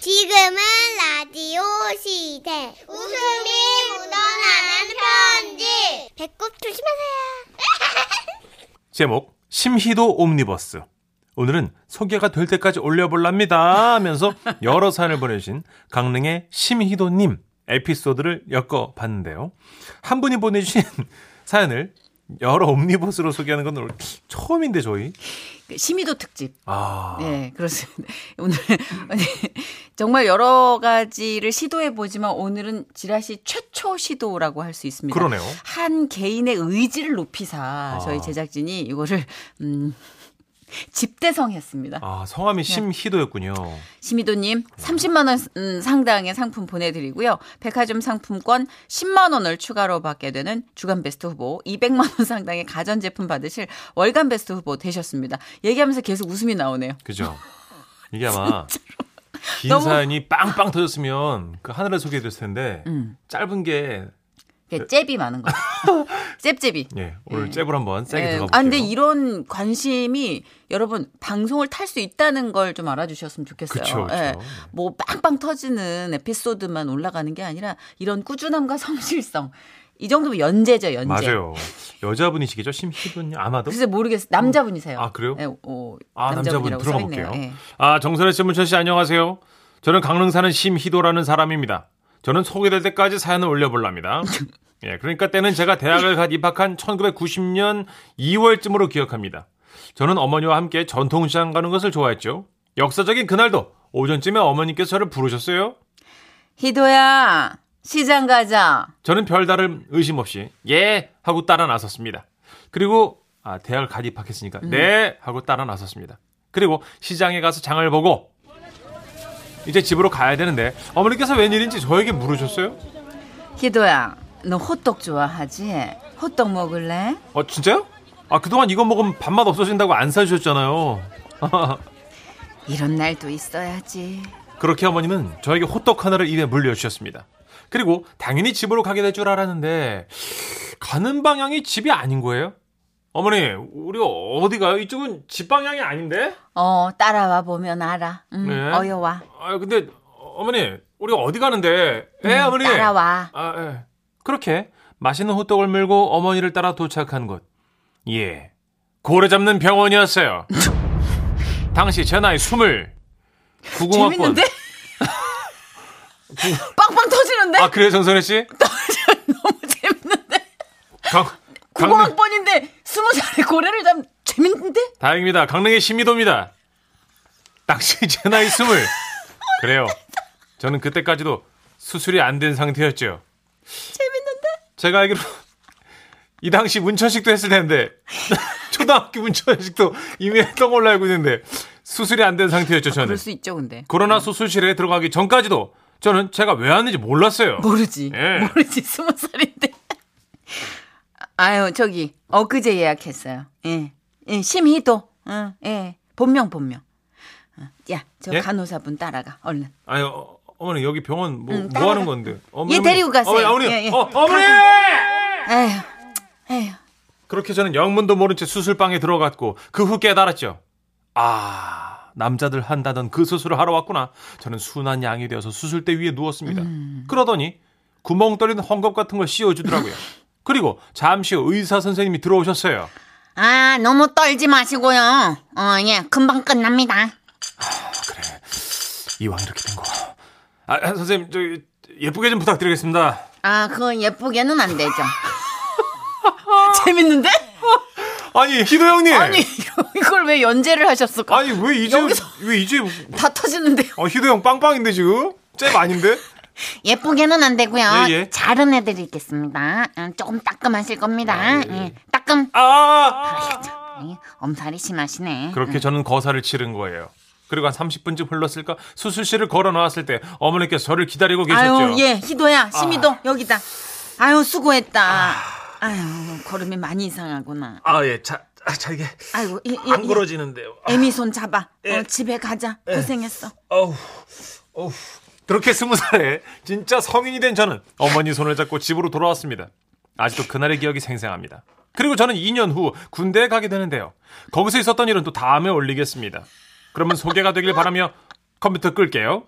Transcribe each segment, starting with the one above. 지금은 라디오 시대. 웃음이 묻어나는 편지. 배꼽 조심하세요. 제목 심희도 옴니버스 오늘은 소개가 될 때까지 올려볼랍니다 하면서 여러 사연을 보내주신 강릉의 심희도님 에피소드를 엮어봤는데요 한 분이 보내주신 사연을 여러 옴니버스로 소개하는 건 오늘 처음인데 저희 그 심의도 특집. 아 네, 그렇습니다. 오늘 아니, 정말 여러 가지를 시도해 보지만 오늘은 지라시 최초 시도라고 할 수 있습니다. 그러네요 아. 한 개인의 의지를 높이사 저희 제작진이 이거를 음 집대성했습니다. 아 성함이 네. 심희도였군요 심의도님 30만 원 음, 상당의 상품 보내드리고요. 백화점 상품권 10만 원을 추가로 받게 되는 주간 베스트 후보, 200만 원 상당의 가전 제품 받으실 월간 베스트 후보 되셨습니다. 얘기하면서 계속 웃음이 나오네요. 그죠 이게 아마 긴 너무- 사연이 빵빵 터졌으면 그 하늘에 소개될 텐데 음. 짧은 게 그게 네. 잽이 많은 거예요. 잽잽이. 예, 오늘 잽을 한번 세게 예. 들어가 볼게요. 아 근데 이런 관심이 여러분 방송을 탈 수 있다는 걸 좀 알아주셨으면 좋겠어요. 그쵸, 그쵸. 예. 뭐 빵빵 터지는 에피소드만 올라가는 게 아니라 이런 꾸준함과 성실성 이 정도면 연재죠 연재. 맞아요. 여자분이시겠죠? 심희분이 아마도. 글쎄 모르겠어요. 남자분이세요. 아, 그래요? 예, 어, 아, 남자분 남자분이라고 들어볼게요. 써있네요. 예. 아, 정선혜 씨, 문철 씨, 안녕하세요. 저는 강릉 사는 심희도라는 사람입니다. 저는 소개될 때까지 사연을 올려볼랍니다. 예, 그러니까 때는 제가 대학을 갓 입학한 1990년 2월쯤으로 기억합니다. 저는 어머니와 함께 전통시장 가는 것을 좋아했죠. 역사적인 그날도 오전쯤에 어머니께서 저를 부르셨어요. 희도야 시장 가자. 저는 별다른 의심 없이 예 하고 따라 나섰습니다. 그리고 아 대학을 갓 입학했으니까 네 하고 따라 나섰습니다. 그리고 시장에 가서 장을 보고 이제 집으로 가야 되는데 어머니께서 웬일인지 저에게 물으셨어요. 희도야 너 호떡 좋아하지? 호떡 먹을래? 어 진짜요? 아 그동안 이거 먹으면 밥맛 없어진다고 안 사주셨잖아요. 이런 날도 있어야지. 그렇게 어머님은 저에게 호떡 하나를 입에 물려주셨습니다. 그리고 당연히 집으로 가게 될 줄 알았는데 가는 방향이 집이 아닌 거예요. 어머니, 우리 어디 가요? 이쪽은 집 방향이 아닌데? 어 따라와 보면 알아. 음, 네. 어여와. 아 근데 어머니 우리 어디 가는데? 예 음, 어머니. 따라와. 아 예. 그렇게 맛있는 호떡을 물고 어머니를 따라 도착한 곳. 예. 고래 잡는 병원이었어요. 당시 제 나이 스물. 구공학번. 재밌는데? 빵빵 터지는데? 아 그래요 정선혜 씨? 너무 재밌는데? 강, 강릉. 90학번인데 스무 살에 고래를 잡 재밌는데? 다행입니다. 강릉의 심이도입니다. 당시 제 나이 스물. 그래요. 저는 그때까지도 수술이 안 된 상태였죠. 재밌는데? 제가 알기로 이 당시 문천식도 했을 텐데 초등학교 문천식도 이미 했던 걸로 알고 있는데 수술이 안 된 상태였죠 저는 아, 그럴 수 있죠 근데 코로나 수술실에 들어가기 전까지도 저는 제가 왜 왔는지 몰랐어요 모르지 예. 모르지 스무 살인데 아유 저기 엊그제 예약했어요 예, 예 심희도 응, 예 본명 본명 어, 야 저 예? 간호사분 따라가 얼른 아니 어, 어머니 여기 병원 뭐, 응, 뭐 하는 건데 어머니 음, 얘 데리고 가세요. 어머니 어머니 예, 예. 어, 어머니 에휴 에휴 그렇게 저는 영문도 모른 채 수술방에 들어갔고 그 후 깨달았죠. 아 남자들 한다던 그 수술을 하러 왔구나. 저는 순한 양이 되어서 수술대 위에 누웠습니다. 음. 그러더니 구멍 뚫린 헝겊 같은 걸 씌워주더라고요. 그리고 잠시 후 의사 선생님이 들어오셨어요. 아 너무 떨지 마시고요 어예 금방 끝납니다 그래 이왕 이렇게 된 거. 아 아, 선생님 저 예쁘게 좀 부탁드리겠습니다. 아 그건 예쁘게는 안 되죠 재밌는데? 아니 희도 형님. 아니 예, 이걸 왜 연재를 하셨을까? 아니, 왜 이제 여기서- 왜 이제 아, 다 터지는데요. 어, 희도 형 빵빵인데 지금 잽 아닌데? 예쁘게는 안 되고요. 예, 예. 잘은 해드리겠습니다. 아, 음, 조금 따끔하실 겁니다. 예, 따끔. 아. 예, 엄살이 심하시네. 음. 그렇게 저는 거사를 치른 거예요. 그리고 한 30분쯤 흘렀을까 수술실을 걸어 나왔을 때 어머니께서 저를 기다리고 계셨죠. 아유 예 희도야 심희도 여기다. 아유 수고했다. 아유 걸음이 많이 이상하구나. 아, 예. 자, 아, 자 이게 아이고 이, 이, 안 이, 걸어지는데요. 아, 애미 손 잡아. 어, 집에 가자. 고생했어. 어우. 어우. 그렇게 스무 살에 진짜 성인이 된 저는 어머니 손을 잡고 집으로 돌아왔습니다. 아직도 그날의 기억이 생생합니다. 그리고 저는 2년 후 군대에 가게 되는데요. 거기서 있었던 일은 또 다음에 올리겠습니다. 그러면 소개가 되길 바라며 컴퓨터 끌게요.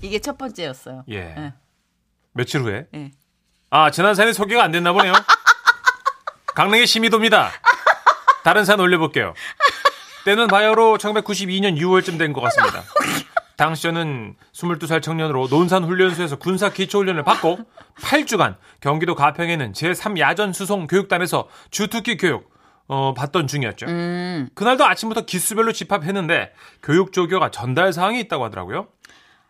이게 첫 번째였어요. 예. 예. 며칠 후에 예. 아 지난 산에 소개가 안 됐나 보네요. 강릉의 심이도입니다. 다른 산 올려볼게요. 때는 바야흐로 1992년 6월쯤 된 것 같습니다. 당시 저는 22살 청년으로 논산 훈련소에서 군사 기초 훈련을 받고 8주간 경기도 가평에 있는 제3 야전 수송 교육단에서 주특기 교육 어, 받던 중이었죠. 음. 음. 그날도 아침부터 기수별로 집합했는데 교육 조교가 전달 사항이 있다고 하더라고요.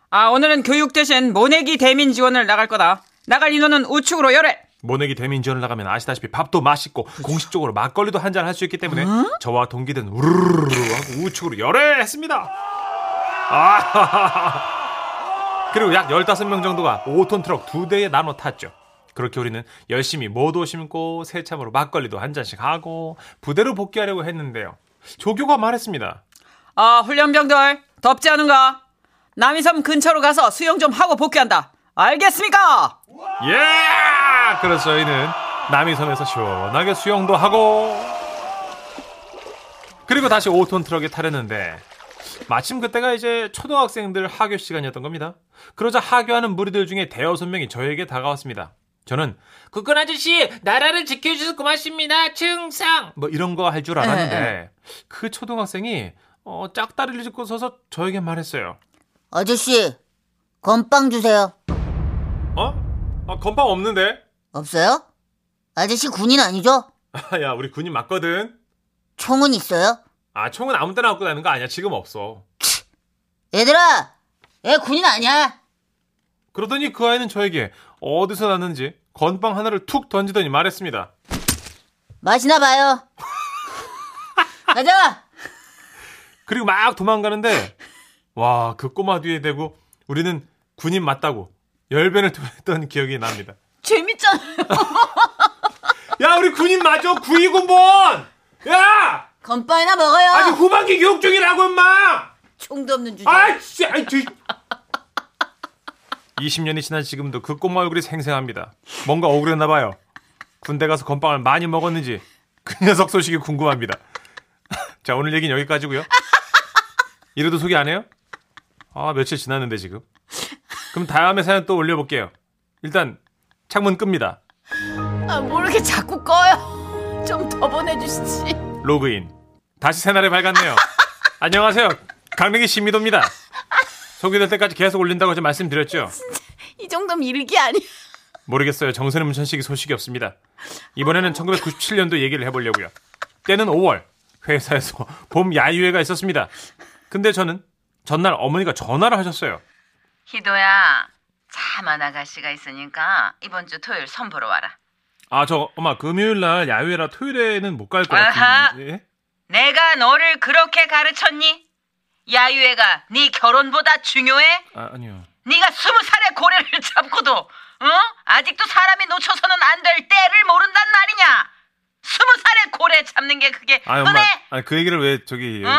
아 오늘은 교육 대신 모내기 대민 지원을 나갈 거다. 나갈 인원은 우측으로 열해. 모내기 대민전을 나가면 아시다시피 밥도 맛있고 공식적으로 막걸리도 한 잔 할 수 있기 때문에 저와 동기들은 우르르르 하고 우측으로 열애했습니다. 아, 그리고 약 15명 정도가 5톤 트럭 두 대에 나눠 탔죠. 그렇게 우리는 열심히 모도 심고 새참으로 막걸리도 한 잔씩 하고 부대로 복귀하려고 했는데요. 조교가 말했습니다. 아 훈련병들 덥지 않은가? 남이섬 근처로 가서 수영 좀 하고 복귀한다. 알겠습니까? 예! 그래서 저희는 남이섬에서 시원하게 수영도 하고 그리고 다시 5톤 트럭에 타려는데 마침 그때가 이제 초등학생들 하교 시간이었던 겁니다. 그러자 하교하는 무리들 중에 대여섯 명이 저에게 다가왔습니다. 저는 국군 아저씨 나라를 지켜주셔서 고맙습니다 충성 뭐 이런 거 할 줄 알았는데 그 초등학생이 어, 짝다리를 짚고 서서 저에게 말했어요. 아저씨, 건빵 주세요. 어? 아, 건빵 없는데? 없어요? 아저씨 군인 아니죠? 아, 야 우리 군인 맞거든. 총은 있어요? 아 총은 아무 때나 갖고 다니는 거 아니야. 지금 없어. 얘들아, 얘 군인 아니야. 그러더니 그 아이는 저에게 어디서 났는지 건빵 하나를 툭 던지더니 말했습니다. 마시나 봐요. 가자. 그리고 막 도망가는데 와 그 꼬마 뒤에 대고 우리는 군인 맞다고 열변을 토했던 기억이 납니다. 재밌잖아요. 야 우리 군인 맞아 92군번 야 건빵이나 먹어요. 아직 후반기 교육 중이라고 엄마 총도 없는 주제. 아 진짜 아이, 뒤- 20년이 지난 지금도 그 꼬마 얼굴이 생생합니다. 뭔가 억울했나 봐요. 군대 가서 건빵을 많이 먹었는지 그 녀석 소식이 궁금합니다. 자 오늘 얘기는 여기까지고요. 이래도 소개 안 해요? 아 며칠 지났는데 지금. 그럼 다음에 사연 또 올려볼게요. 일단 창문 끕니다. 아, 모르게 자꾸 꺼요. 좀 더 보내주시지. 로그인. 다시 새날이 밝았네요. 안녕하세요. 강릉의 시미도입니다. 소개될 때까지 계속 올린다고 제가 말씀드렸죠. 이 정도면 일기 아니야. 모르겠어요. 정선의 문천식이 소식이 없습니다. 이번에는 1997년도 얘기를 해보려고요. 때는 5월 회사에서 봄 야유회가 있었습니다. 근데 저는 전날 어머니가 전화를 하셨어요. 희도야, 자만 아가씨가 있으니까 이번 주 토요일 선 보러 와라. 아 저 엄마 금요일 날 야유회라 토요일에는 못 갈 것 아하. 같은데. 예? 내가 너를 그렇게 가르쳤니? 야유애가 네 결혼보다 중요해? 아, 아니요. 네가 스무 살의 고래를 잡고도 어? 아직도 사람이 놓쳐서는 안 될 때를 모른단 말이냐? 스무 살의 고래 잡는 게 그게 아 엄마. 흔해? 아, 그 얘기를 왜 저기 어?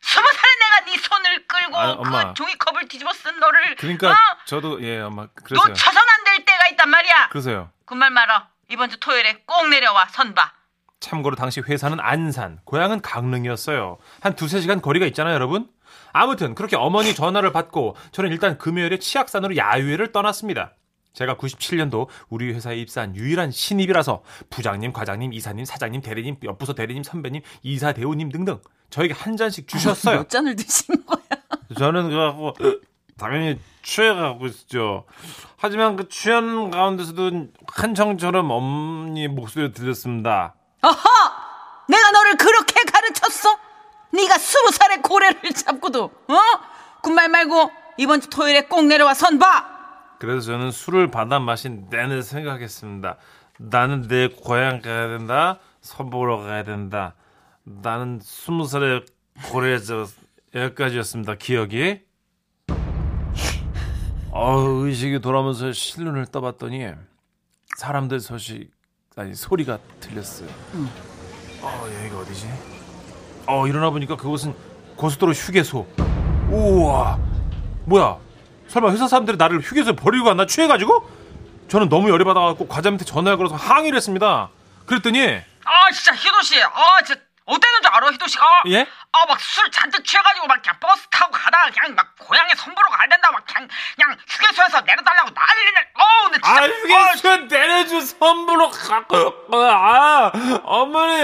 스무 살에 내가 네 손을 끌고 아, 엄마. 그 종이컵을 뒤집어 쓴 너를 그러니까 어? 저도 예 엄마 그래서요. 놓쳐선 안 될 때가 있단 말이야. 그래서요. 군말 말어. 이번 주 토요일에 꼭 내려와 선봐. 참고로 당시 회사는 안산, 고향은 강릉이었어요. 한 두세 시간 거리가 있잖아요, 여러분. 아무튼 그렇게 어머니 전화를 받고 저는 일단 금요일에 치악산으로 야유회를 떠났습니다. 제가 97년도 우리 회사에 입사한 유일한 신입이라서 부장님, 과장님, 이사님, 사장님, 대리님, 옆부서 대리님, 선배님, 이사 대우님 등등 저에게 한 잔씩 주셨어요. 잔을 드신 거야? 저는 그래갖고 당연히 취해가고 있죠. 하지만 그 취한 가운데서도 한청처럼 어머니 목소리 들렸습니다. 내가 너를 그렇게 가르쳤어? 네가 스무 살의 고래를 잡고도 어? 군말 말고 이번 주 토요일에 꼭 내려와 선봐. 그래서 저는 술을 받아 마신 내내 생각했습니다. 나는 내 고향 가야 된다. 선보러 가야 된다. 나는 스무 살에 고려해서 여기까지였습니다. 기억이. 어, 의식이 돌아오면서 실눈을 떠봤더니 사람들 소식 아니 소리가 들렸어요. 어, 여기가 어디지? 어, 일어나 보니까 그곳은 고속도로 휴게소. 우와. 뭐야? 설마 회사 사람들이 나를 휴게소에 버리고 갔나 취해가지고? 저는 너무 열이 받아갖고 과장님한테 전화를 걸어서 항의를 했습니다. 그랬더니 아 진짜 희도 씨, 아 진짜 어땠는 줄 알아, 희도 씨가? 예? 아, 막 술 잔뜩 취해가지고 막 그냥 버스 타고 가다가 그냥 막 고향에 선보러 가야 된다 막 그냥 그냥 휴게소에서 내려달라고 난리를 내. 어, 근데 아, 진짜. 어, 알겠어 내려준 선물로 갖고 아 어머니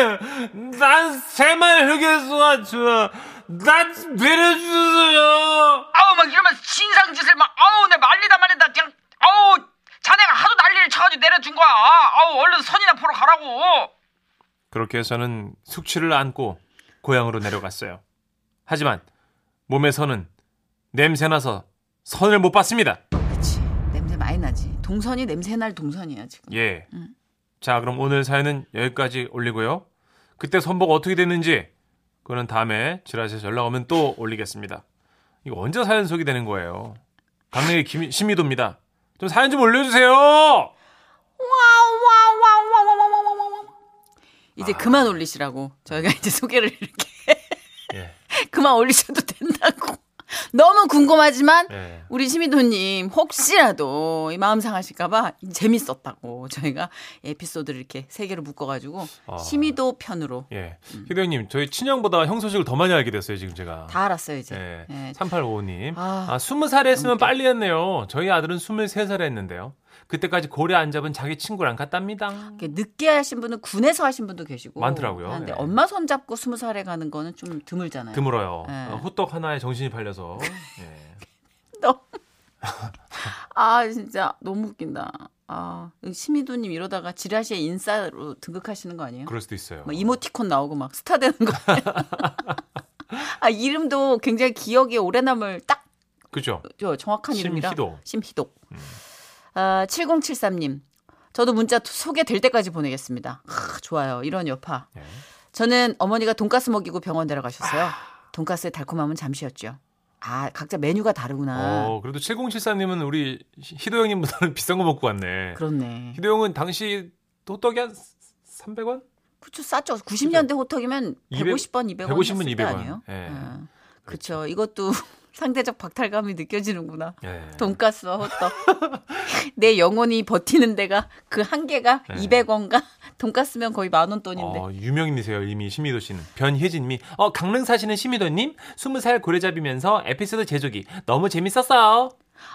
난 새말 흑에서가 좋아 난 내려주세요 아우 막 이러면서 진상 짓을 막 아우 내 말리다 말리다 그냥 아우 자네가 하도 난리를 쳐가지고 내려준 거야. 아우 얼른 선이나 보러 가라고. 그렇게 해서는 숙취를 안고 고향으로 내려갔어요 하지만 몸에서는 냄새나서 선을 못 봤습니다 그치. 냄새 많이 나지. 동선이 냄새 날 동선이야, 지금. 예. 자, 그럼 오늘 사연은 여기까지 올리고요. 그때 선보가 어떻게 됐는지 그거는 다음에 지라시에서 연락 오면 또 올리겠습니다. 이거 언제 사연 소개되는 거예요? 강릉의 김, 신미도입니다. 좀 사연 좀 올려주세요. 이제 아. 그만 올리시라고. 저희가 이제 소개를 이렇게. 예. 그만 올리셔도 된다고. 너무 궁금하지만 예. 우리 시미도님 혹시라도 이 마음 상하실까봐 재밌었다고 저희가 에피소드를 이렇게 세 개로 묶어가지고 아. 시미도 편으로 예. 희대형님, 저희 친형보다 형 소식을 더 많이 알게 됐어요, 지금 제가. 다 알았어요 이제. 예. 예. 3855님. 아, 그러니까. 아, 20살 했으면 빨리 했네요. 저희 아들은 23살 했는데요. 그때까지 고려 안 잡은 자기 친구랑 같답니다. 이렇게 늦게 하신 분은 군에서 하신 분도 계시고 많더라고요. 근데 예. 엄마 손 잡고 스무 살에 가는 거는 좀 드물잖아요. 드물어요. 예. 어, 호떡 하나에 정신이 팔려서. 예. 아 진짜 너무 웃긴다. 아 시미도님 이러다가 지라시의 인싸로 등극하시는 거 아니에요? 그럴 수도 있어요. 막 이모티콘 나오고 막 스타 되는 거. 아 이름도 굉장히 기억에 오래 남을 딱 그죠? 저 정확한 이름이라 심희독. 심희독. 음. 아, 7073님. 저도 문자 투- 소개될 때까지 보내겠습니다. 크, 좋아요. 이런 여파. 예. 저는 어머니가 돈가스 먹이고 병원 데려가셨어요. 아. 돈가스의 달콤함은 잠시였죠. 아, 각자 메뉴가 다르구나. 어, 그래도 7074님은 우리 희- 희도 형님보다는 비싼 거 먹고 왔네. 그렇네. 희도 형은 당시 호떡이 한 300원? 그쵸, 싸죠. 90년대 호떡이면 200 150번, 200원. 150 은 200원. 200 원. 아니에요? 예. 그렇죠. 아, 그쵸. 이것도 상대적 박탈감이 느껴지는구나. 예. 돈가스와 호떡. 내 영혼이 버티는 데가 그 한계가 네. 200원가 돈가스면 거의 만 원 돈인데. 어, 유명인이세요, 이미 심미도 씨는. 변혜진님이, 어, 강릉 사시는 심미도님, 20살 고래잡이면서 에피소드 제조기. 너무 재밌었어요.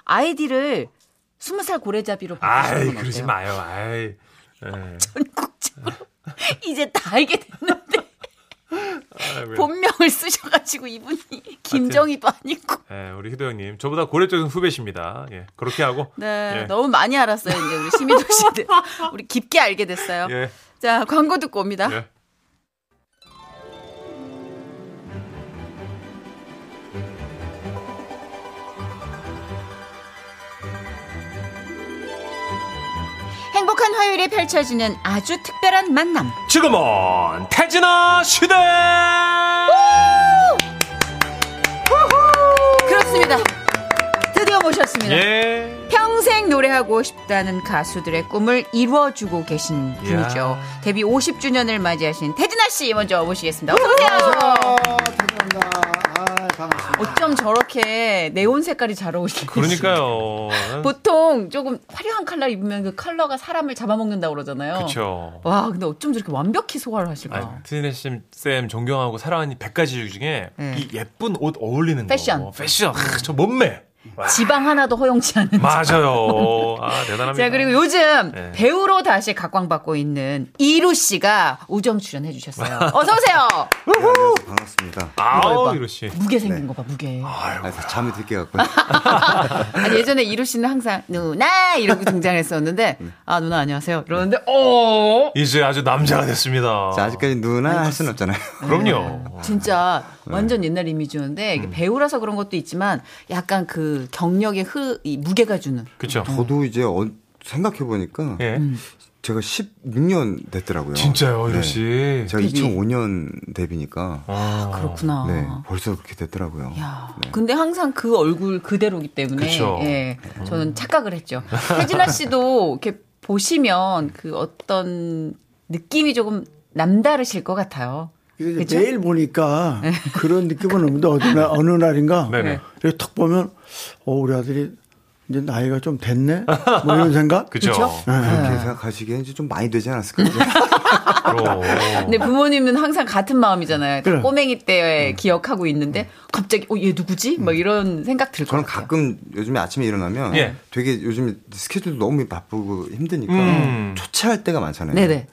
아이디를 20살 고래잡이로 바꾸시는 아이, 건 그러지 어때요? 마요, 아이. 예. 전국적으로 이제 다 알게 됐는데 아이고야. 본명을 쓰셔가지고 이분이 김정희도 아니고. 예, 우리 희도 형님. 저보다 고래 쪽은 후배십니다. 예, 그렇게 하고. 네, 예. 너무 많이 알았어요 이제 우리 시민도시 들 우리 깊게 알게 됐어요. 예, 자 광고 듣고 옵니다. 예. 행복한 화요일에 펼쳐지는 아주 특별한 만남. 지금은 태진아 시대! 그렇습니다. 드디어 모셨습니다. 예. 평생 노래하고 싶다는 가수들의 꿈을 이루어주고 계신 분이죠. 이야. 데뷔 50주년을 맞이하신 태진아 씨 먼저 모시겠습니다. 어서 오세요. 아, 어쩜 저렇게 네온 색깔이 잘 어울리는지. 그러니까요. 보통 조금 화려한 컬러 입으면 그 컬러가 사람을 잡아먹는다고 그러잖아요. 그렇죠. 와, 근데 어쩜 저렇게 완벽히 소화를 하실까? 트리네 아, 씨, 쌤 존경하고 사랑하는 100가지 중에 네. 이 예쁜 옷 어울리는 패션. 거. 패션. 아, 저 몸매. 와, 지방 하나도 허용치 않는. 맞아요. 아, 대단합니다. 자, 그리고 요즘 네. 배우로 다시 각광받고 있는 이루 씨가 우정 출연해 주셨어요. 어서 오세요. 네, 안녕하세요. 반갑습니다. 아우, 이로 씨. 무게 생긴 거 봐, 무게. 아, 잠이 들게 갖고요. 아니, 예전에 이루 씨는 항상 누나 이러고 등장했었는데 아 누나 안녕하세요 이러는데 어 이제 아주 남자가 됐습니다. 자, 아직까지 음. 누나 할 수는 없잖아요. 그럼요. 진짜 완전 옛날 이미지였는데 이게 배우라서 그런 것도 있지만 약간 그 경력의 흐, 이 무게가 주는 그렇죠. 저도 이제 어, 생각해보니까 예. 제가 16년 됐더라고요. 진짜요, 이로 네. 씨. 제가 2005년 데뷔니까 아, 그렇구나. 네, 벌써 그렇게 됐더라고요. 야, 근데 항상 그 얼굴 그대로기 때문에 그쵸. 예, 음. 저는 착각을 했죠. 태진아 씨도 이렇게 보시면 그 어떤 느낌이 조금 남다르실 것 같아요. 그래서 그죠? 매일 보니까 그런 느낌은 없는데 어느 날, 어느 날인가 네네. 이렇게 탁 보면 어 우리 아들이 이제 나이가 좀 됐네? 뭐 이런 생각? 네. 그죠? 그렇게 생각하시기엔 이제 좀 많이 되지 않았을까요? 그럼. 근데 어. 부모님은 항상 같은 마음이잖아요. 다 그래. 꼬맹이 음. 때 기억하고 있는데 갑자기 어 얘 누구지? 막 이런 생각 들것 저는 같아요. 가끔 요즘에 아침에 일어나면 예. 되게 요즘 스케줄도 너무 바쁘고 힘드니까 음. 초췌할 때가 많잖아요. 네네.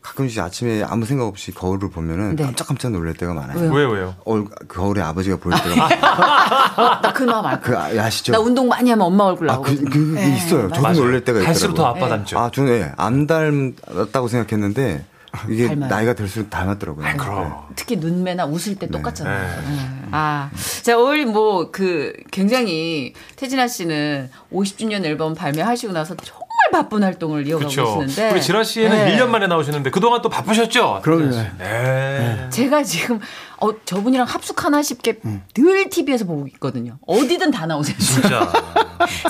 가끔씩 아침에 아무 생각 없이 거울을 보면은 네. 깜짝깜짝 놀랄 때가 많아요. 음. 왜요, 왜요? 얼, 그 거울에 아버지가 보일 때가 많아요. 나 그 마음 알고. 그 아, 아시죠? 나 운동 많이 하면 엄마 얼굴 아, 그, 나오거든요. 네. 그게 있어요. 저도 맞아요. 놀랄 때가 있더라고요. 갈수록 더 아빠 닮죠. 아, 저는 예, 안 닮았다고 생각했는데 이게 닮아요. 나이가 들수록 닮았더라고요. 아, 네. 그럼. 특히 눈매나 웃을 때 똑같잖아요. 네. 아, 자, 올 뭐, 그, 굉장히, 태진아 씨는 50주년 앨범 발매하시고 나서 정말 바쁜 활동을 이어가고 그렇죠. 계시는데. 우리 진아 씨는 네. 1년 만에 나오셨는데 그동안 또 바쁘셨죠? 그럼요. 네. 제가 지금, 어, 저분이랑 합숙하나 싶게 늘 TV에서 보고 있거든요. 어디든 다 나오세요. 음. 진짜.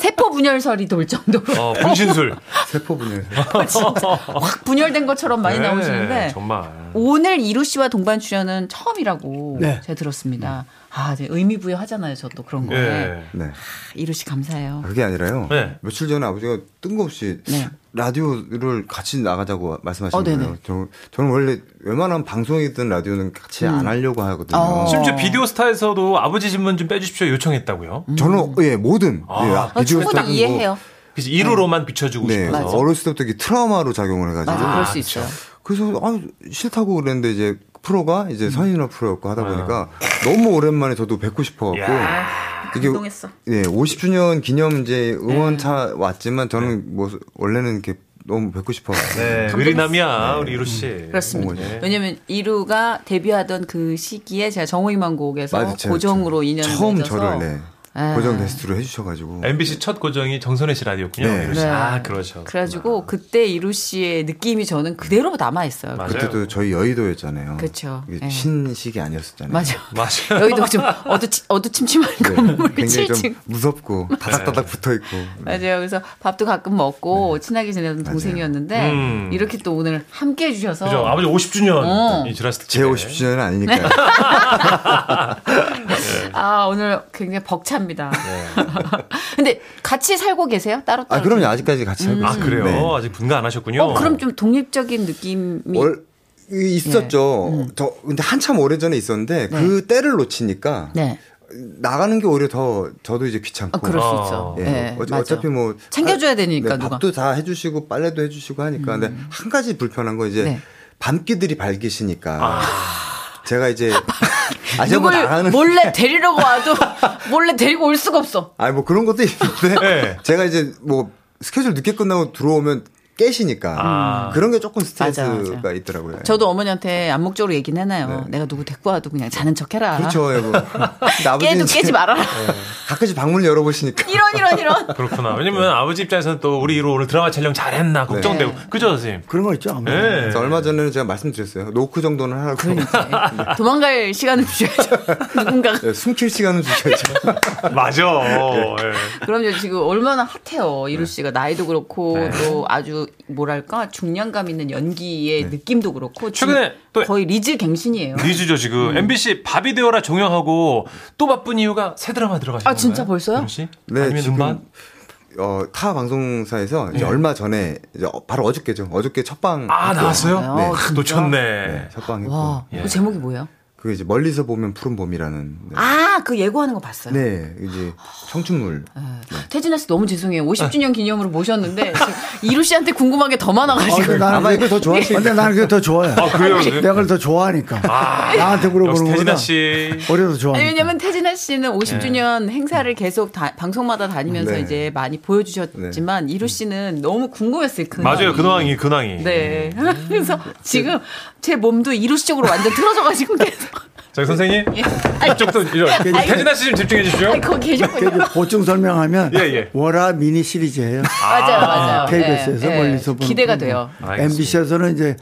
세포 분열설이 돌 정도로 어, 분신술. 세포 분열. 확 분열된 것처럼 많이 네, 나오시는데. 정말. 오늘 이루 씨와 동반 출연은 처음이라고 네. 제가 들었습니다. 아, 네. 의미 부여하잖아요. 저 또 그런 거에. 예. 네. 이루 씨 감사해요. 그게 아니라요. 네. 며칠 전에 아버지가 뜬금없이 네. 라디오를 같이 나가자고 말씀하신 어, 네네. 거예요. 저는, 저는 원래 웬만한 방송이든 라디오는 같이 안 하려고 하거든요. 음. 어. 심지어 비디오 스타에서도 아버지 신문 좀 빼주십시오 요청했다고요. 저는 예 뭐든 아. 예, 비디오 아, 충분히 스타든 뭐, 음. 이해해요. 그래서 1호로만 비춰주고 네 싶어서. 어렸을 때부터 이게 트라우마로 작용을 해가지고 맞아, 그렇죠. 그럴 수 그렇죠. 있어요. 그래서 아 싫다고 그랬는데 이제 프로가 이제 음. 선인어 프로였고 아. 하다 보니까 너무 오랜만에 저도 뵙고 싶어갖고 이게 감동했어. 네. 예 50주년 기념 이제 응원차 왔지만 저는 뭐 원래는 이렇게 너무 뵙고 싶어. 네, 의리남이야 우리 이루 씨. 음, 그렇습니다. 네. 왜냐면 이루가 데뷔하던 그 시기에 제가 정호희만 곡에서 맞아요. 제가 고정으로 인연을 처음 맺어서 저를 네. 아. 고정 게스트로 해주셔가지고 MBC 첫 고정이 정선혜 씨 라디오군요. 네. 이루 씨. 네. 아 그러죠. 그래가지고 그때 이루 씨의 느낌이 저는 그대로 남아 있어요. 맞아요. 그때도 저희 여의도였잖아요. 그쵸. 이게 예. 신식이 아니었었잖아요. 네. 맞아요. 맞아요. 여기도 좀 어두치, 어두침침한 건물 굉장히 7층. 좀 무섭고 다닥다닥 붙어 있고. 맞아요. 그래서 밥도 가끔 네. 먹고 친하게 지내던 동생이었는데 음. 이렇게 또 오늘 함께 해주셔서 그죠. 아버지 50주년 이 지났을 때. 제 50주년은 네. 아니니까요. 아 오늘 굉장히 벅찹니다. 근데 같이 살고 계세요? 따로 따로? 네. 아 그럼요 아직까지 같이 음. 살고 아 있어요. 그래요. 네. 아직 분가 안 하셨군요. 어, 그럼 좀 독립적인 느낌이 네. 음. 월 이- 있었죠. 저 근데 한참 오래 전에 있었는데 그 때를 놓치니까 네. 나가는 게 오히려 더 저도 이제 귀찮고. 아, 그럴 수 어. 있죠. 예. 네, 어차- 맞아. 어차피 뭐 챙겨줘야 되니까, 네, 누가. 음. 밥도 다 해주시고 빨래도 해주시고 하니까 근데 한 가지 불편한 거 이제 네. 밤기들이 밝으시니까 아. 제가 이제 아직 뭐 누굴 나가는 몰래 데리러 와도 몰래 데리고 올 수가 없어. 아니 뭐 그런 것도 있는데 네. 제가 이제 뭐 스케줄 늦게 끝나고 들어오면 깨시니까 아. 그런 게 조금 스트레스가 맞아, 맞아. 있더라고요. 저도 어머니한테 암묵적으로 얘기는 해놔요. 내가 누구 데리고 와도 그냥 자는 척해라. 네. 그렇죠. 예, 뭐. 근데 아버지는 아. 깨도 이제 예, 깨지 말아라. 예. 가끔씩 방문을 열어보시니까 이런 이런 이런. 그렇구나. 네. 왜냐면 아버지 입장에서는 또 우리 이로 오늘 드라마 촬영 잘했나 걱정되고. 그죠, 선생님? 그런 거 있죠, 아무래도. 예. 그래서 얼마 전에는 제가 말씀드렸어요. 노크 정도는 하라고. 네. 도망갈 시간을 주셔야죠. 누군가가. 예, 숨길 시간은 주셔야죠. 맞아. 네. 예. 그럼요. 지금 얼마나 핫해요. 이루 씨가 나이도 그렇고 네. 또 아주 뭐랄까 중량감 있는 네. 연기의 느낌도 그렇고 지금 최근에 또- 거의 리즈 갱신이에요. 니즈죠 지금 음. MBC 밥이 되어라 종영하고 또 바쁜 이유가 새 드라마 들어가신 아, 진짜 건가요? 벌써요? 이름 씨? 네, 아니면 지금 음반? 어, 타 방송사에서 이제 얼마 전에 이제 어- 바로 어저께죠. 어저께 첫방 아 나왔어요? 네. 네. 아, 진짜? 놓쳤네. 네, 첫방 했고 와, 예. 그 제목이 뭐예요? 그게 이제 멀리서 보면 푸른 봄이라는 네, 아, 그 예고하는 거 봤어요. 네. 네, 이제 청춘물 태진아 씨 너무 죄송해요. 50주년 기념으로 모셨는데 지금 이루 씨한테 궁금한 게 더 아, 많아가지고. 근데 나는 아마 그게 이걸 더 좋아하실 근데 나는 그게 더 좋아요. 아 그래요? 내가 그걸 더 좋아하니까. 나한테 역시 물어보는 태진아 거보다 씨. 오히려 더 아니, 좋아하니까. 왜냐면 태진아 씨는 50주년 행사를 계속 다- 방송마다 다니면서 네. 이제 많이 보여주셨지만 이루 씨는 너무 궁금했어요. 그 맞아요 마음이. 근황이 근황이. 네. 그래서 지금 제 몸도 이루시 쪽으로 완전 틀어져가지고 계속. 저기 선생님 예. 이쪽도 이런 태진아 씨 좀 집중해 주십시오. 아니, 그- 거기 계셨군요. 이제 보충 설명하면 예, 예. 월화 미니 시리즈예요. 맞아요, 맞아요. KBS에서 예, 예. 멀리서 보는 기대가 거. 돼요. 알겠습니다. MBC에서는 이제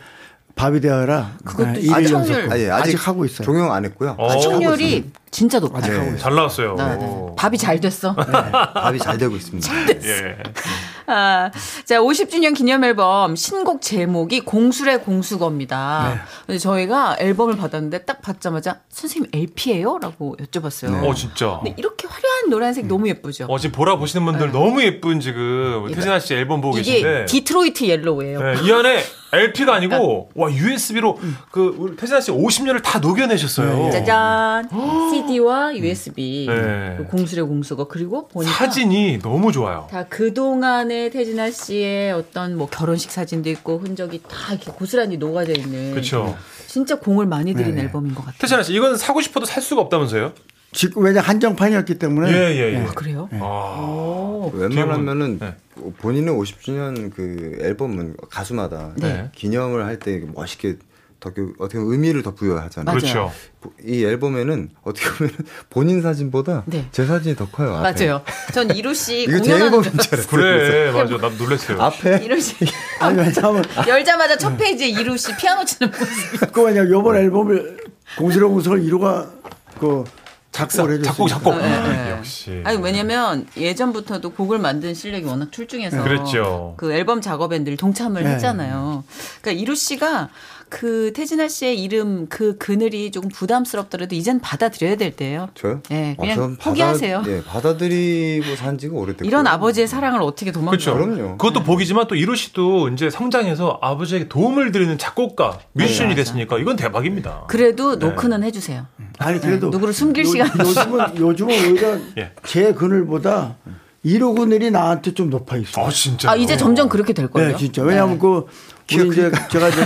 밥이 되어라. 그것도 네, 일일 아직 연속. 청률. 아, 예, 아직 하고 있어요. 종영 안 했고요. 어. 아직 하고 있습니다. 확률이 진짜 높아요. 네, 잘 나왔어요. 아, 네, 네. 밥이 잘 됐어. 밥이 잘 되고 있습니다. 예. 아, 자, 50주년 기념 앨범 신곡 제목이 공술의 공수거입니다. 네. 근데 저희가 앨범을 받았는데 딱 받자마자 선생님 LP예요? 라고 여쭤봤어요. 네. 어 진짜. 근데 이렇게 화려한 노란색 너무 예쁘죠? 어 지금 보라 보시는 분들 너무 예쁜 지금 우리 태진아 씨 앨범 보고 네. 이게 계신데. 디트로이트 옐로우예요. 네, 이 안에 LP가 아니고 와 USB로 음. 그 우리 태진아 씨 50년을 다 네, 예. 녹여내셨어요. 짜잔. CD와 USB. 네. 그 공수의 공수거. 그리고 보니까. 사진이 너무 좋아요. 다 그동안의 태진아 씨의 어떤 뭐 결혼식 사진도 있고 흔적이 다 이렇게 고스란히 녹아져 있는. 그렇죠. 진짜 공을 많이 들인 앨범인 것 같아요. 네. 태진아 씨 이건 사고 싶어도 살 수가 없다면서요? 지금 왜냐 한정판이었기 때문에 예, 예, 예. 아, 그래요? 아, 오. 웬만하면은 네. 본인은 50주년 그 앨범은 가수마다 네. 기념을 할 때 멋있게 더 그- 어떻게 보면 의미를 더 부여하잖아요. 그렇죠. 이 앨범에는 어떻게 보면 본인 사진보다 네. 제 사진이 더 커요. 앞에. 맞아요. 전 이루 씨 이거 제 공연하는 줄 앨범인 알았어요. 줄 알았어요. 네, 그래 맞아 나도 놀랐어요. 앞에 이루 씨 아니 왜냐면 열자마자 첫 페이지에 이루 씨 피아노 치는 모습. 그 왜냐 요번 네. 앨범을 공수로 공수를 이루가 그 작사 작곡을 해줬으니까. 작곡 작곡 아, 네. 역시. 아니 왜냐면 예전부터도 곡을 만든 실력이 워낙 출중해서 그랬죠. 그 앨범 작업에 늘 동참을 네. 했잖아요. 그러니까 이루 씨가 그 태진아 씨의 이름 그 그늘이 조금 부담스럽더라도 이젠 받아들여야 될 때예요. 저요? 아, 어, 네, 그냥 저는 포기하세요. 받아, 예, 받아들이고 산 지가 오래됐고 이런 아버지의 사랑을 어떻게 도망쳐? 그렇죠. 그럼요. 그것도 복이지만 또 이루 씨도 이제 성장해서 아버지에게 도움을 드리는 작곡가, 뮤지션이 됐으니까 이건 대박입니다. 네, 그래도 노크는 해주세요. 아니 그래도 네, 누구를 숨길 시간이 요즘은 요즘은 오히려 예. 제 그늘보다 1호 그늘이 나한테 좀 높아 있어. 아 진짜. 아 이제 점점 그렇게 될 거예요. 네, 진짜. 왜냐하면 그 우리 이제 제가 이제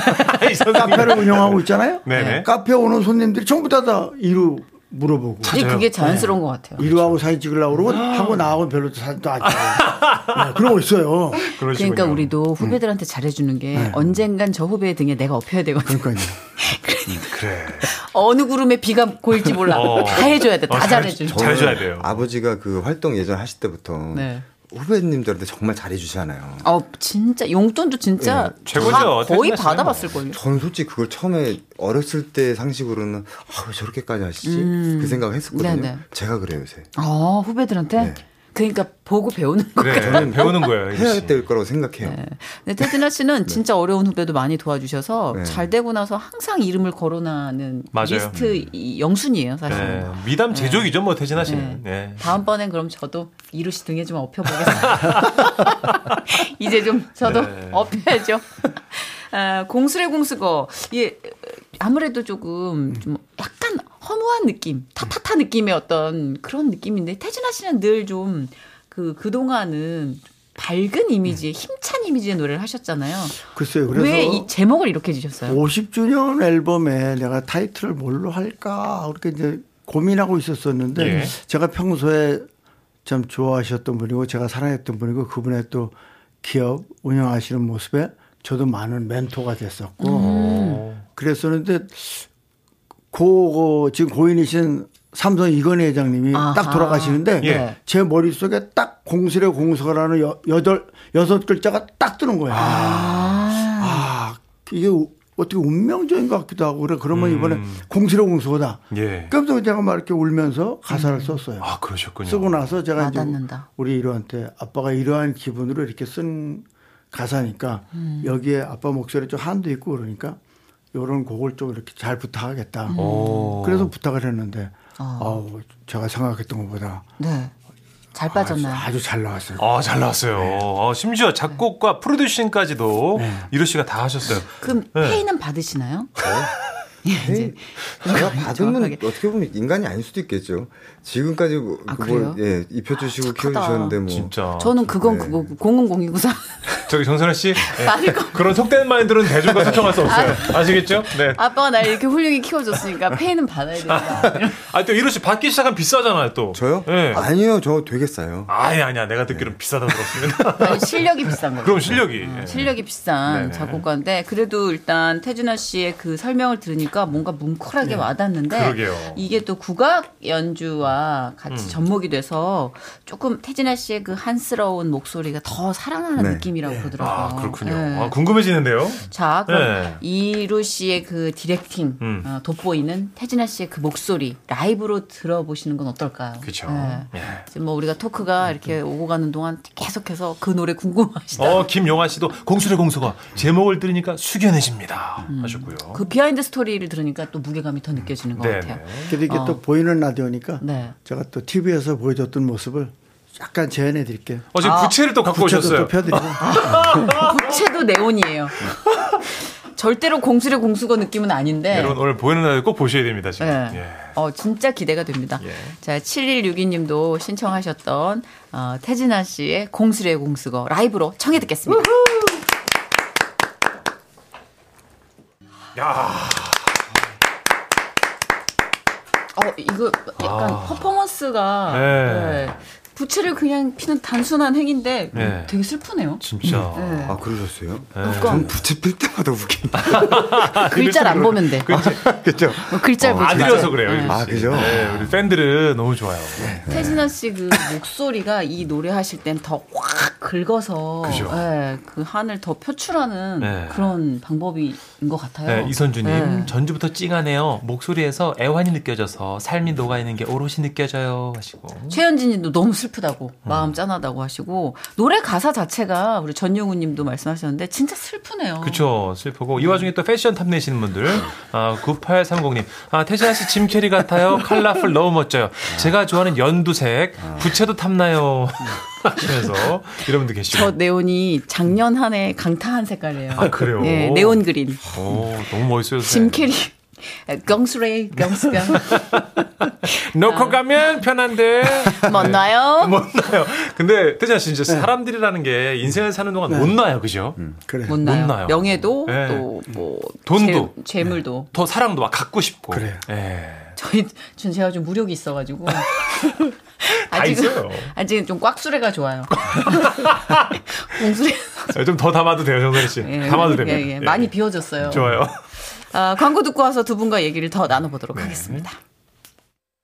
이 선생님. 카페를 운영하고 있잖아요. 네네. 카페 오는 손님들이 전부 다다 이루 물어보고 이제 그게 자연스러운 것 같아요. 이루하고 사진 찍으려고 그러고 아. 하고 나하고 별로 사진도 안 찍어요. 네, 그러고 있어요. 그러시군요. 음. 네. 그러니까 우리도 후배들한테 잘해주는 게 언젠간 저 후배 등에 내가 엎혀야 되거든. 그러니까요. 그래. 어느 구름에 비가 고일지 몰라. 그러니까. 어. 다 해줘야 돼. 어, 다 잘- 잘해줘. 저- 잘 줘야 돼요. 아버지가 그 활동 예전 하실 때부터 네. 후배님들한테 정말 잘해주잖아요. 어 진짜 용돈도 진짜 네. 최고죠. 다 거의 태진아 씨는. 받아봤을 걸요. 저는 솔직히 그걸 처음에 어렸을 때 상식으로는 아, 왜 저렇게까지 하시지? 그 생각을 했었거든요. 음. 네네. 제가 그래요 요새. 아 후배들한테 네. 그러니까 보고 배우는 거. 그래. 저는 배우는 거예요. 이루 해야 씨. 될 거라고 생각해요. 네. 근데 태진아 네. 씨는 진짜 어려운 후배도 많이 도와주셔서 네. 잘 되고 나서 항상 이름을 거론하는 맞아요. 리스트 이 영순이에요 사실. 네. 은 미담 제조기죠, 뭐 태진아 씨는. 네. 다음번엔 그럼 저도 이루 씨 등에 좀 엎혀보겠습니다. 이제 좀 저도 네. 엎혀야죠. 아, 공수래 공수거. 예, 아무래도 음. 조금 좀 약간 허무한 느낌, 타타타 느낌의 어떤 그런 느낌인데 태진아 씨는 늘 좀 그 그동안은 좀 밝은 이미지의 힘찬 이미지의 노래를 하셨잖아요. 글쎄요. 음. 그래서 왜 이 제목을 이렇게 지셨어요? 50주년 앨범에 내가 타이틀을 뭘로 할까 그렇게 이제 고민하고 있었었는데 예. 제가 평소에 참 좋아하셨던 분이고 제가 사랑했던 분이고 그분의 또 기업 운영하시는 모습에 저도 많은 멘토가 됐었고 그랬었는데 고, 고 지금 고인이신 삼성 이건희 회장님이 아하. 딱 돌아가시는데 예. 제 머릿속에 딱 공수래 공수라는 여, 여덟 여섯 글자가 딱 뜨는 거예요. 아, 이게 우- 어떻게 운명적인 것 같기도 하고 그래. 그러면 이번에 공수래 공수다. 음. 예. 그래서 제가 막 이렇게 울면서 가사를 썼어요. 아, 그러셨군요. 쓰고 나서 제가 이제 와닿는다. 우리 이로한테 아빠가 이러한 기분으로 이렇게 쓴 가사니까 음. 여기에 아빠 목소리 좀 한도 있고 그러니까 요런 곡을 좀 이렇게 잘 부탁하겠다. 음. 오. 그래서 부탁을 했는데 어. 아우 제가 생각했던 것보다 네. 잘 아주, 빠졌나요? 아주 잘 나왔어요. 아, 잘 나왔어요. 네. 어, 심지어 작곡과 프로듀싱까지도 이루 씨가 다 하셨어요. 그럼 네. 페이는 받으시나요? 예, 이제 제가 받으면 정확하게. 어떻게 보면 인간이 아닐 수도 있겠죠. 지금까지 뭐 아, 그걸 그래요? 아, 예, 입혀주시고 착하다. 키워주셨는데 뭐 아, 진짜. 저는 그건 네. 그거 00023 저기 정선아 씨. 예. 받을 거. 그런 속된 마인드는 대중과 소통할 수 없어요. 아시겠죠? 네. 아빠가 날 이렇게 훌륭히 키워줬으니까 페이는 받아야 된다. 아, 또 이루 씨 받기 시작하면 비싸잖아요, 또. 저요? 예. 아니요, 저 되게 싸요. 아니, 아니야. 내가 네. 듣기로는 비싸다고 들었습니다. 아니, 실력이 비싼 거죠. 그럼 실력이. 예. 음, 실력이 비싼 네네. 작곡가인데 그래도 일단 태준아 씨의 그 설명을 들으니까 뭔가 뭉클하게 와닿는데 네. 그러게요. 음. 이게 또 국악 연주와 같이 접목이 돼서 조금 태진아 씨의 그 한스러운 목소리가 더 살아나는 네. 느낌이라고 예. 보더라고요. 아, 그렇군요. 네. 아, 궁금해지는데요. 자, 그럼 네. 이루 씨의 그 디렉팅 음. 어, 돋보이는 태진아 씨의 그 목소리 라이브로 들어보시는 건 어떨까요? 그쵸. 네. 예. 음. 지금 뭐 우리가 토크가 이렇게 오고 가는 동안 계속해서 그 노래 궁금하시다. 어, 김용아 씨도 공수래 공수가 제목을 들으니까 숙연해집니다. 하셨고요. 그 비하인드 스토리를 들으니까 또 무게감이 더 느껴지는 것 네, 같아요. 네. 근데 이게 또 보이는 라디오니까 어. 네. 제가 또 TV에서 보여줬던 모습을 약간 재현해 드릴게요. 어, 아. 지금 부채를 또 갖고 부채도 오셨어요. 또 펴드리고. 부채도 네온이에요. 절대로 공수래 공수거 느낌은 아닌데. 여러분 오늘 보이는 날 꼭 보셔야 됩니다. 지금. 예. 예. 어, 진짜 기대가 됩니다. 예. 자, 7162님도 신청하셨던 어, 태진아 씨의 공수래 공수거 라이브로 청해 듣겠습니다. 야, 어, 이거 약간 퍼포먼스가 아. 네. 네. 부채를 그냥 피는 단순한 행인데 음, 네. 되게 슬프네요. 진짜. 네. 아 그러셨어요? 그러니까 전 부채 필 때마다 웃긴다. 아, 글자를 안 보면 돼. 그죠? 어, 글자를 보지 마. 아들이어서 그래요. 네. 이리 씨. 아, 그죠? 네, 우리 팬들은 너무 좋아요. 태진아 씨 그 목소리가 이 노래 하실 땐 더 확 긁어서 그죠. 예, 그 한을 더 표출하는 네. 그런 방법인 것 같아요. 네, 이선주님 네. 전주부터 찡하네요. 목소리에서 애환이 느껴져서 삶이 녹아 있는 게 오롯이 느껴져요. 하시고. 최현진님도 너무 슬프다고 마음 짠하다고 하시고 노래 가사 자체가 우리 전영우님도 말씀하셨는데 진짜 슬프네요. 그쵸 슬프고 이 와중에 또 패션 탐내시는 분들 아 9830님 아 태진아 씨 짐 캐리 같아요 컬러풀 너무 멋져요 제가 좋아하는 연두색 부채도 탐나요 하면서 이런 분들 저 계시고 네온이 작년 한 해 강타한 색깔이에요. 아 그래요 예, 네온 그린. 오 너무 멋있어요 짐 캐리. 경수레이 경수가 놓고 가면 편한데 못 나요? 못 나요 근데 태진아 씨 진짜 사람들이라는 게 인생을 사는 동안 못 나요 그죠 네, 그래. 못 나요. 나요. 명예도 예. 또 뭐 돈도. 재물도 더 사랑도 막 갖고 싶고 그래요. 예. 저희 전 제가 좀 무력이 있어가지고 있어요. 아직은 좀 꽉수레가 좋아요. 공수레 좀 더 담아도 돼요 정선 씨 예, 담아도 됩니다 예, 예. 예. 많이 비워졌어요. 좋아요 네. 아, 광고 듣고 와서 두 분과 얘기를 더 나눠보도록 하겠습니다.